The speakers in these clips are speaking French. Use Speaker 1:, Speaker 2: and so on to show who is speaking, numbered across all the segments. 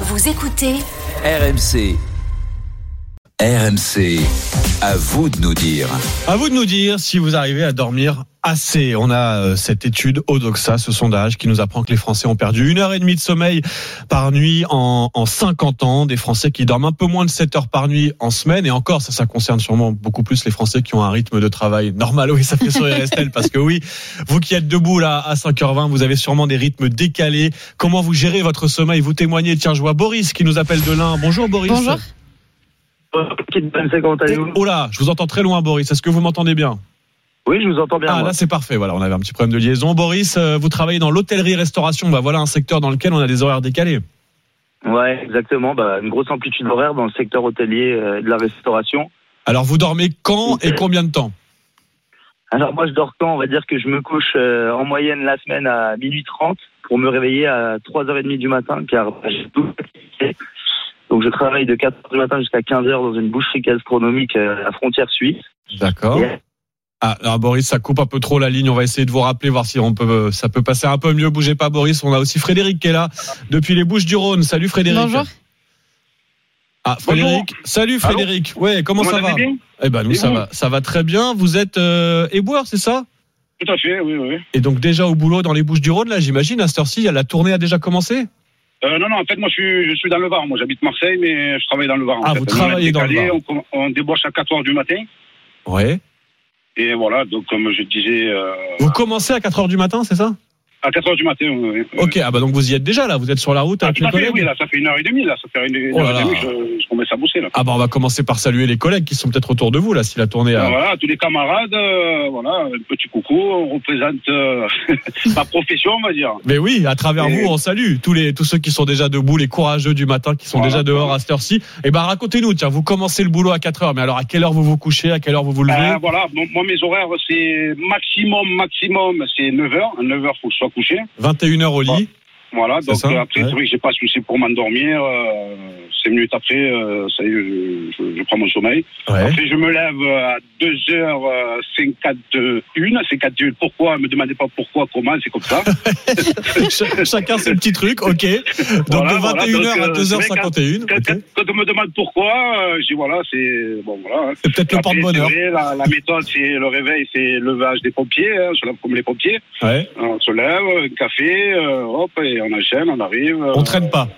Speaker 1: Vous écoutez
Speaker 2: RMC. RMC. À vous de nous dire.
Speaker 3: À vous de nous dire si vous arrivez à dormir assez. On a euh, cette étude Odoxa, ce sondage qui nous apprend que les Français ont perdu une heure et demie de sommeil par nuit en, en 50 ans. Des Français qui dorment un peu moins de 7 heures par nuit en semaine. Et encore, ça, ça concerne sûrement beaucoup plus les Français qui ont un rythme de travail normal. Oui, ça fait sourire Estelle parce que oui, vous qui êtes debout là à 5h20, vous avez sûrement des rythmes décalés. Comment vous gérez votre sommeil Vous témoignez. Tiens, je vois Boris qui nous appelle de l'un. Bonjour Boris.
Speaker 4: Bonjour.
Speaker 5: Petite bonne seconde, allez-vous
Speaker 3: Oh là, je vous entends très loin Boris. Est-ce que vous m'entendez bien
Speaker 5: Oui, je vous entends bien.
Speaker 3: Ah
Speaker 5: moi.
Speaker 3: là c'est parfait, voilà, on avait un petit problème de liaison. Boris, euh, vous travaillez dans l'hôtellerie-restauration, bah voilà un secteur dans lequel on a des horaires décalés.
Speaker 5: Ouais, exactement. Bah, une grosse amplitude horaire dans le secteur hôtelier euh, de la restauration.
Speaker 3: Alors vous dormez quand et combien de temps
Speaker 5: Alors moi, je dors quand On va dire que je me couche euh, en moyenne la semaine à minuit 30 pour me réveiller à 3h30 du matin, car bah, j'ai tout sacrifié. Donc je travaille de 4h du matin jusqu'à 15h dans une boucherie gastronomique euh, à la frontière suisse.
Speaker 3: D'accord.
Speaker 5: Et-
Speaker 3: Ah, alors Boris, ça coupe un peu trop la ligne, on va essayer de vous rappeler, voir si on peut, euh, ça peut passer un peu mieux. Bougez pas Boris, on a aussi Frédéric qui est là depuis les Bouches du Rhône. Salut Frédéric.
Speaker 4: Bonjour.
Speaker 3: Ah Frédéric, salut
Speaker 6: Allô
Speaker 3: Frédéric. ouais, comment
Speaker 6: Vous
Speaker 3: ça
Speaker 6: m'entendez
Speaker 3: va
Speaker 6: bien
Speaker 3: Eh ben nous
Speaker 6: Et
Speaker 3: ça
Speaker 6: vous
Speaker 3: va, ça va très bien. Vous êtes euh, éboueur, c'est ça
Speaker 6: Tout à fait, oui, oui.
Speaker 3: Et donc déjà au boulot dans les Bouches du Rhône là, j'imagine à cette heure-ci, la tournée a déjà commencé
Speaker 6: Euh, non, non, en fait, moi, je suis, je suis dans le Var. Moi, j'habite Marseille, mais je travaille dans le Var. en
Speaker 3: Ah,
Speaker 6: fait.
Speaker 3: vous
Speaker 6: Nous, on est
Speaker 3: travaillez dans le
Speaker 6: décalés,
Speaker 3: Var.
Speaker 6: On, com- on débauche à 4 heures du matin.
Speaker 3: Ouais.
Speaker 6: Et voilà, donc, comme je disais, euh,
Speaker 3: Vous commencez à 4h du matin, c'est ça
Speaker 6: à 4 heures du matin. oui, oui.
Speaker 3: Ok, ah bah donc vous y êtes déjà là, vous êtes sur la route
Speaker 6: Ah,
Speaker 3: avec
Speaker 6: tout
Speaker 3: les
Speaker 6: à fait,
Speaker 3: collègues
Speaker 6: oui, là, ça fait une heure et demie, là. Ça fait une, une
Speaker 3: Oh là
Speaker 6: heure et demie
Speaker 3: là.
Speaker 6: que je, je commence à bosser, là.
Speaker 3: Ah bah on va commencer par saluer les collègues qui sont peut-être autour de vous là, si la tournée
Speaker 6: Donc,
Speaker 3: a...
Speaker 6: Voilà, à tous les camarades, euh, voilà, un petit coucou. On représente euh, ma profession, on va dire.
Speaker 3: Mais oui, à travers
Speaker 6: Et-
Speaker 3: vous, on salue tous, les, tous ceux qui sont déjà debout, les courageux du matin qui sont
Speaker 6: Voilà.
Speaker 3: déjà dehors à cette heure-ci. Et bah racontez-nous, tiens, vous commencez le boulot à 4h, mais alors à quelle heure vous vous couchez, à quelle heure vous vous levez
Speaker 6: Euh, voilà, bon, moi, mes horaires, c'est maximum, maximum, c'est 9 heures. À 9 heures, faut que je sois couché.
Speaker 3: 21h au lit.
Speaker 6: Voilà,
Speaker 3: C'est
Speaker 6: donc
Speaker 3: ça,
Speaker 6: euh, après,
Speaker 3: ouais.
Speaker 6: c'est vrai que j'ai pas de souci pour m'endormir. Euh, cinq minutes après, euh, ça y est, je, je- je prends mon sommeil.
Speaker 3: Ouais.
Speaker 6: Après, je me lève euh, à 2h51. 51. Pourquoi Me demandez pas pourquoi, comment, c'est comme ça.
Speaker 3: Ch- Chacun ses petits trucs, ok. Donc
Speaker 6: Voilà,
Speaker 3: de 21h
Speaker 6: voilà, donc,
Speaker 3: à
Speaker 6: euh,
Speaker 3: 2h51,
Speaker 6: quand,
Speaker 3: ok.
Speaker 6: quand- quand on me demande pourquoi, euh, je dis voilà, c'est. Bon, voilà. hein.
Speaker 3: C'est peut-être le
Speaker 6: Après, c'est
Speaker 3: porte-bonheur.
Speaker 6: vrai, la, la méthode, c'est le réveil, c'est levage des pompiers, hein, on se lève comme les pompiers.
Speaker 3: Ouais.
Speaker 6: On se lève, un café, euh, hop, et on enchaîne, on arrive.
Speaker 3: On
Speaker 6: euh,
Speaker 3: traîne pas.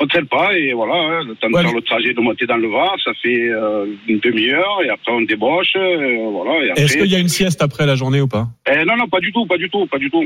Speaker 6: On traîne pas et voilà, hein, le temps de
Speaker 3: Ouais,
Speaker 6: faire
Speaker 3: mais-
Speaker 6: le trajet de monter dans le Var, ça fait euh, une demi-heure et après on débauche, euh, voilà. Et
Speaker 3: Est-ce
Speaker 6: après...
Speaker 3: qu'il y a une sieste après la journée ou pas
Speaker 6: Eh, non, non, pas du tout, pas du tout, pas du tout.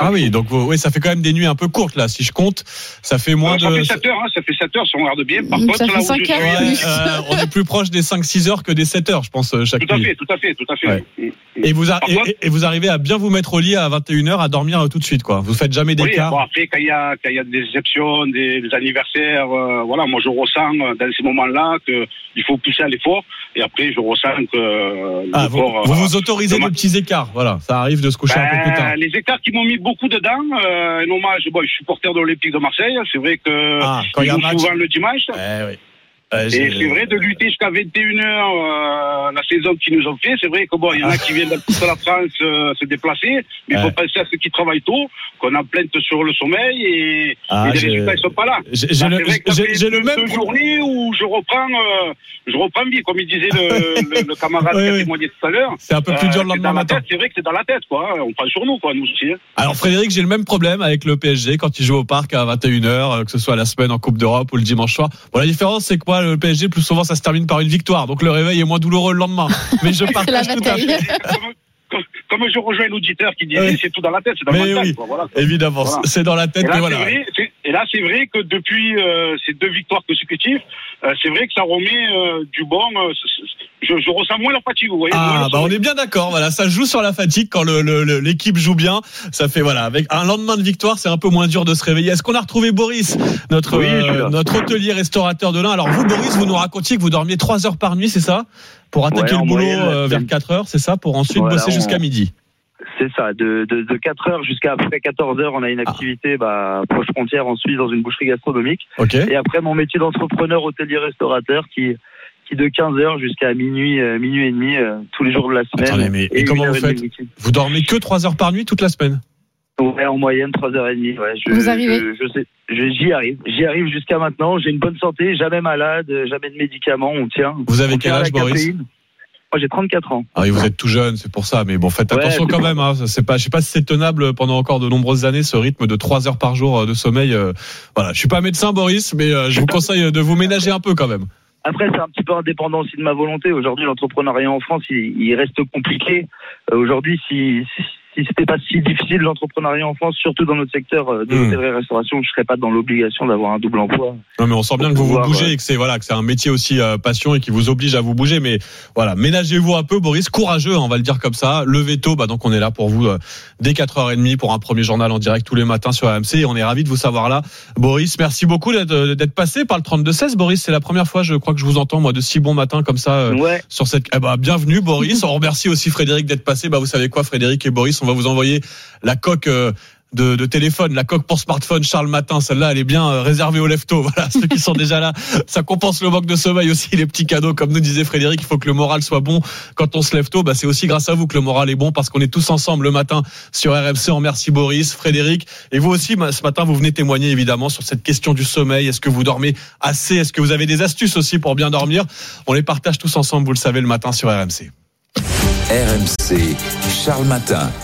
Speaker 3: Ah oui, donc vous- oui, ça fait quand même des nuits un peu courtes là. Si je compte, ça fait moins
Speaker 6: Alors, ça
Speaker 3: de.
Speaker 6: fait 7 heures, hein, ça fait 7 heures si on regarde bien. Par
Speaker 4: Ça
Speaker 6: contre,
Speaker 4: fait
Speaker 6: là où
Speaker 4: cinq
Speaker 6: je
Speaker 4: heures.
Speaker 3: Ouais,
Speaker 6: suis-
Speaker 4: plus.
Speaker 3: euh, on est plus proche des 5-6 heures que des 7 heures, je pense, euh, chaque
Speaker 6: Tout à
Speaker 3: nuit.
Speaker 6: fait, tout à fait, tout à fait. Mm.
Speaker 3: Ouais. Et vous, a-
Speaker 6: Par
Speaker 3: et-
Speaker 6: contre-
Speaker 3: et- et vous arrivez à bien vous mettre au lit à 21h, à dormir euh, tout de suite, quoi. Vous faites jamais
Speaker 6: Oui,
Speaker 3: d'écart.
Speaker 6: bon, après, quand il y, a- quand il y a des exceptions, des, des anniversaires, euh, voilà, moi je ressens euh, dans ces moments-là qu'il faut pousser à l'effort et après je ressens que euh,
Speaker 3: Ah, vous,
Speaker 6: l'effort,
Speaker 3: vous
Speaker 6: euh,
Speaker 3: vous autorisez
Speaker 6: demain.
Speaker 3: de petits écarts, voilà. Ça arrive de se coucher un peu plus tard.
Speaker 6: Ben, les écarts qui m'ont mis beaucoup dedans. Euh, un hommage, bon, je suis supporter de l'Olympique de Marseille. hein, C'est vrai que
Speaker 3: Ah, quand il
Speaker 6: ils
Speaker 3: y a un
Speaker 6: jouent
Speaker 3: match.
Speaker 6: souvent le dimanche.
Speaker 3: Eh oui. Euh,
Speaker 6: Et
Speaker 3: j'ai-
Speaker 6: c'est vrai de lutter jusqu'à 21h euh, la saison qu'ils nous ont fait. C'est vrai que bon, il y en a qui viennent de toute la France euh, se déplacer, mais il faut
Speaker 3: Ah. Ouais.
Speaker 6: penser à ceux qui travaillent tôt, qu'on en plainte sur le sommeil et,
Speaker 3: Ah,
Speaker 6: et les
Speaker 3: j'ai-
Speaker 6: résultats ne sont pas là.
Speaker 3: J'ai j'ai
Speaker 6: Ah,
Speaker 3: le,
Speaker 6: c'est vrai que ça
Speaker 3: j'ai-
Speaker 6: fait
Speaker 3: j'ai le
Speaker 6: deux-
Speaker 3: même
Speaker 6: deux
Speaker 3: pro-
Speaker 6: journées où je reprends, euh, je reprends vie, comme il disait le, le- le camarade
Speaker 3: Oui,
Speaker 6: qui a
Speaker 3: oui.
Speaker 6: témoigné tout à l'heure.
Speaker 3: C'est un peu plus
Speaker 6: Euh,
Speaker 3: dur
Speaker 6: c'est
Speaker 3: le lendemain
Speaker 6: dans la
Speaker 3: matin.
Speaker 6: tête, C'est vrai que c'est dans la tête, quoi. hein, On prend sur nous, quoi, nous aussi. hein.
Speaker 3: Alors Frédéric, j'ai le même problème avec le PSG quand il joue au parc à 21h, euh, que ce soit la semaine en Coupe d'Europe ou le dimanche soir. Bon, la différence, c'est que moi, le PSG, plus souvent, ça se termine par une victoire. Donc le réveil est moins douloureux le lendemain. Mais je
Speaker 4: C'est la
Speaker 3: partage tout à fait.
Speaker 4: bataille.
Speaker 6: comme, comme- comme je rejoins l'auditeur qui dit
Speaker 3: Oui.
Speaker 6: c'est tout dans la tête, c'est dans
Speaker 3: Mais
Speaker 6: le mental.
Speaker 3: oui.
Speaker 6: quoi, voilà.
Speaker 3: Évidemment,
Speaker 6: Voilà.
Speaker 3: c'est dans la tête,
Speaker 6: Et
Speaker 3: mais
Speaker 6: là,
Speaker 3: voilà.
Speaker 6: c'est vrai, c'est- et là, c'est vrai que depuis euh, ces deux victoires consécutives, euh, c'est vrai que ça remet euh, du bon. euh, c- c- je, je ressens moins la fatigue, vous voyez. moins
Speaker 3: Ah
Speaker 6: le
Speaker 3: bah on
Speaker 6: sommeil.
Speaker 3: est bien d'accord voilà ça joue sur la fatigue quand le- le- le- l'équipe joue bien ça fait voilà avec un lendemain de victoire c'est un peu moins dur de se réveiller est-ce qu'on a retrouvé Boris notre euh,
Speaker 5: Oui, je suis là.
Speaker 3: notre hôtelier restaurateur de l'un alors vous Boris vous nous racontiez que vous dormiez trois heures par nuit c'est ça pour attaquer
Speaker 5: Ouais, en
Speaker 3: le boulot
Speaker 5: moyenne,
Speaker 3: euh,
Speaker 5: ouais.
Speaker 3: vers 4 heures c'est ça pour ensuite
Speaker 5: Voilà,
Speaker 3: bosser
Speaker 5: on-
Speaker 3: jusqu'à midi
Speaker 5: C'est ça, de, de, de 4h jusqu'à après 14h, on a une
Speaker 3: Ah.
Speaker 5: activité bah, proche frontière en Suisse dans une boucherie gastronomique.
Speaker 3: ok
Speaker 5: Et après, mon métier d'entrepreneur hôtelier-restaurateur qui, qui de 15h jusqu'à minuit, euh, minuit et demi, euh, tous les jours de la semaine.
Speaker 3: Attendez, mais- et
Speaker 5: une
Speaker 3: comment
Speaker 5: heure
Speaker 3: vous
Speaker 5: demie
Speaker 3: faites
Speaker 5: le week-end.
Speaker 3: vous dormez que trois heures par nuit toute la semaine
Speaker 5: Ouais, en moyenne, 3h30. Ouais, je,
Speaker 1: Vous arrivez
Speaker 5: je, je sais, je- j'y arrive. J'y arrive jusqu'à maintenant. J'ai une bonne santé, jamais malade, jamais de médicaments, on tient.
Speaker 3: Vous avez
Speaker 5: On
Speaker 3: quel
Speaker 5: tient à la
Speaker 3: âge, Boris
Speaker 5: caféine. Moi, j'ai 34 ans.
Speaker 3: Ah oui, vous êtes tout jeune, c'est pour ça. Mais bon, faites
Speaker 5: Ouais,
Speaker 3: attention
Speaker 5: c'est
Speaker 3: quand
Speaker 5: pour
Speaker 3: même. Hein. Ça, C'est pas, je sais pas si c'est tenable pendant encore de nombreuses années ce rythme de 3 heures par jour euh, de sommeil. euh, Voilà, je suis pas médecin, Boris, mais euh, je vous conseille de vous ménager un peu quand même.
Speaker 5: Après, c'est un petit peu indépendant aussi de ma volonté. Aujourd'hui, l'entrepreneuriat en France, il, il reste compliqué. Euh, Aujourd'hui, si, si, si c'était pas si difficile l'entrepreneuriat en France, sursurtout dans notre secteur euh, de
Speaker 3: Hmm.
Speaker 5: l'hôtellerie-restauration, je serais pas dans l'obligation d'avoir un double emploi.
Speaker 3: Non, mais on sent bien que
Speaker 5: Faut
Speaker 3: vous vous
Speaker 5: pouvoir,
Speaker 3: bougez
Speaker 5: ouais.
Speaker 3: et que c'est voilà que c'est un métier aussi euh, passion et qui vous oblige à vous bouger. Mais voilà, ménagez-vous un peu, Boris. Courageux, hein, on va le dire comme ça. Levez tôt, bah donc on est là pour vous euh, dès 4h30 pour un premier journal en direct tous les matins sur AMC. Et on est ravis de vous savoir là, Boris. Merci beaucoup d'être euh, d'être passé par le 32-16. Boris, c'est la première fois, je crois que je vous entends moi de si bon matin comme ça. euh,
Speaker 5: Ouais.
Speaker 3: sur cette. Eh ben, bienvenue Boris. On remercie aussi Frédéric d'être passé. Bah, vous savez quoi, Frédéric et Boris, on va vous envoyer la coque. euh, de, de téléphone, la coque pour smartphone Charles Matin, celle-là elle est bien euh, réservée aux leftos, voilà ceux qui sont déjà là, ça compense le manque de sommeil aussi, les petits cadeaux, comme nous disait Frédéric, il faut que le moral soit bon quand on se lève tôt, bah c'est aussi grâce à vous que le moral est bon parce qu'on est tous ensemble le matin sur RMC, on remercie Boris, Frédéric, et vous aussi bah, ce matin vous venez témoigner évidemment sur cette question du sommeil, est-ce que vous dormez assez, est-ce que vous avez des astuces aussi pour bien dormir, on les partage tous ensemble, vous le savez, le matin sur RMC.
Speaker 2: RMC, Charles Matin.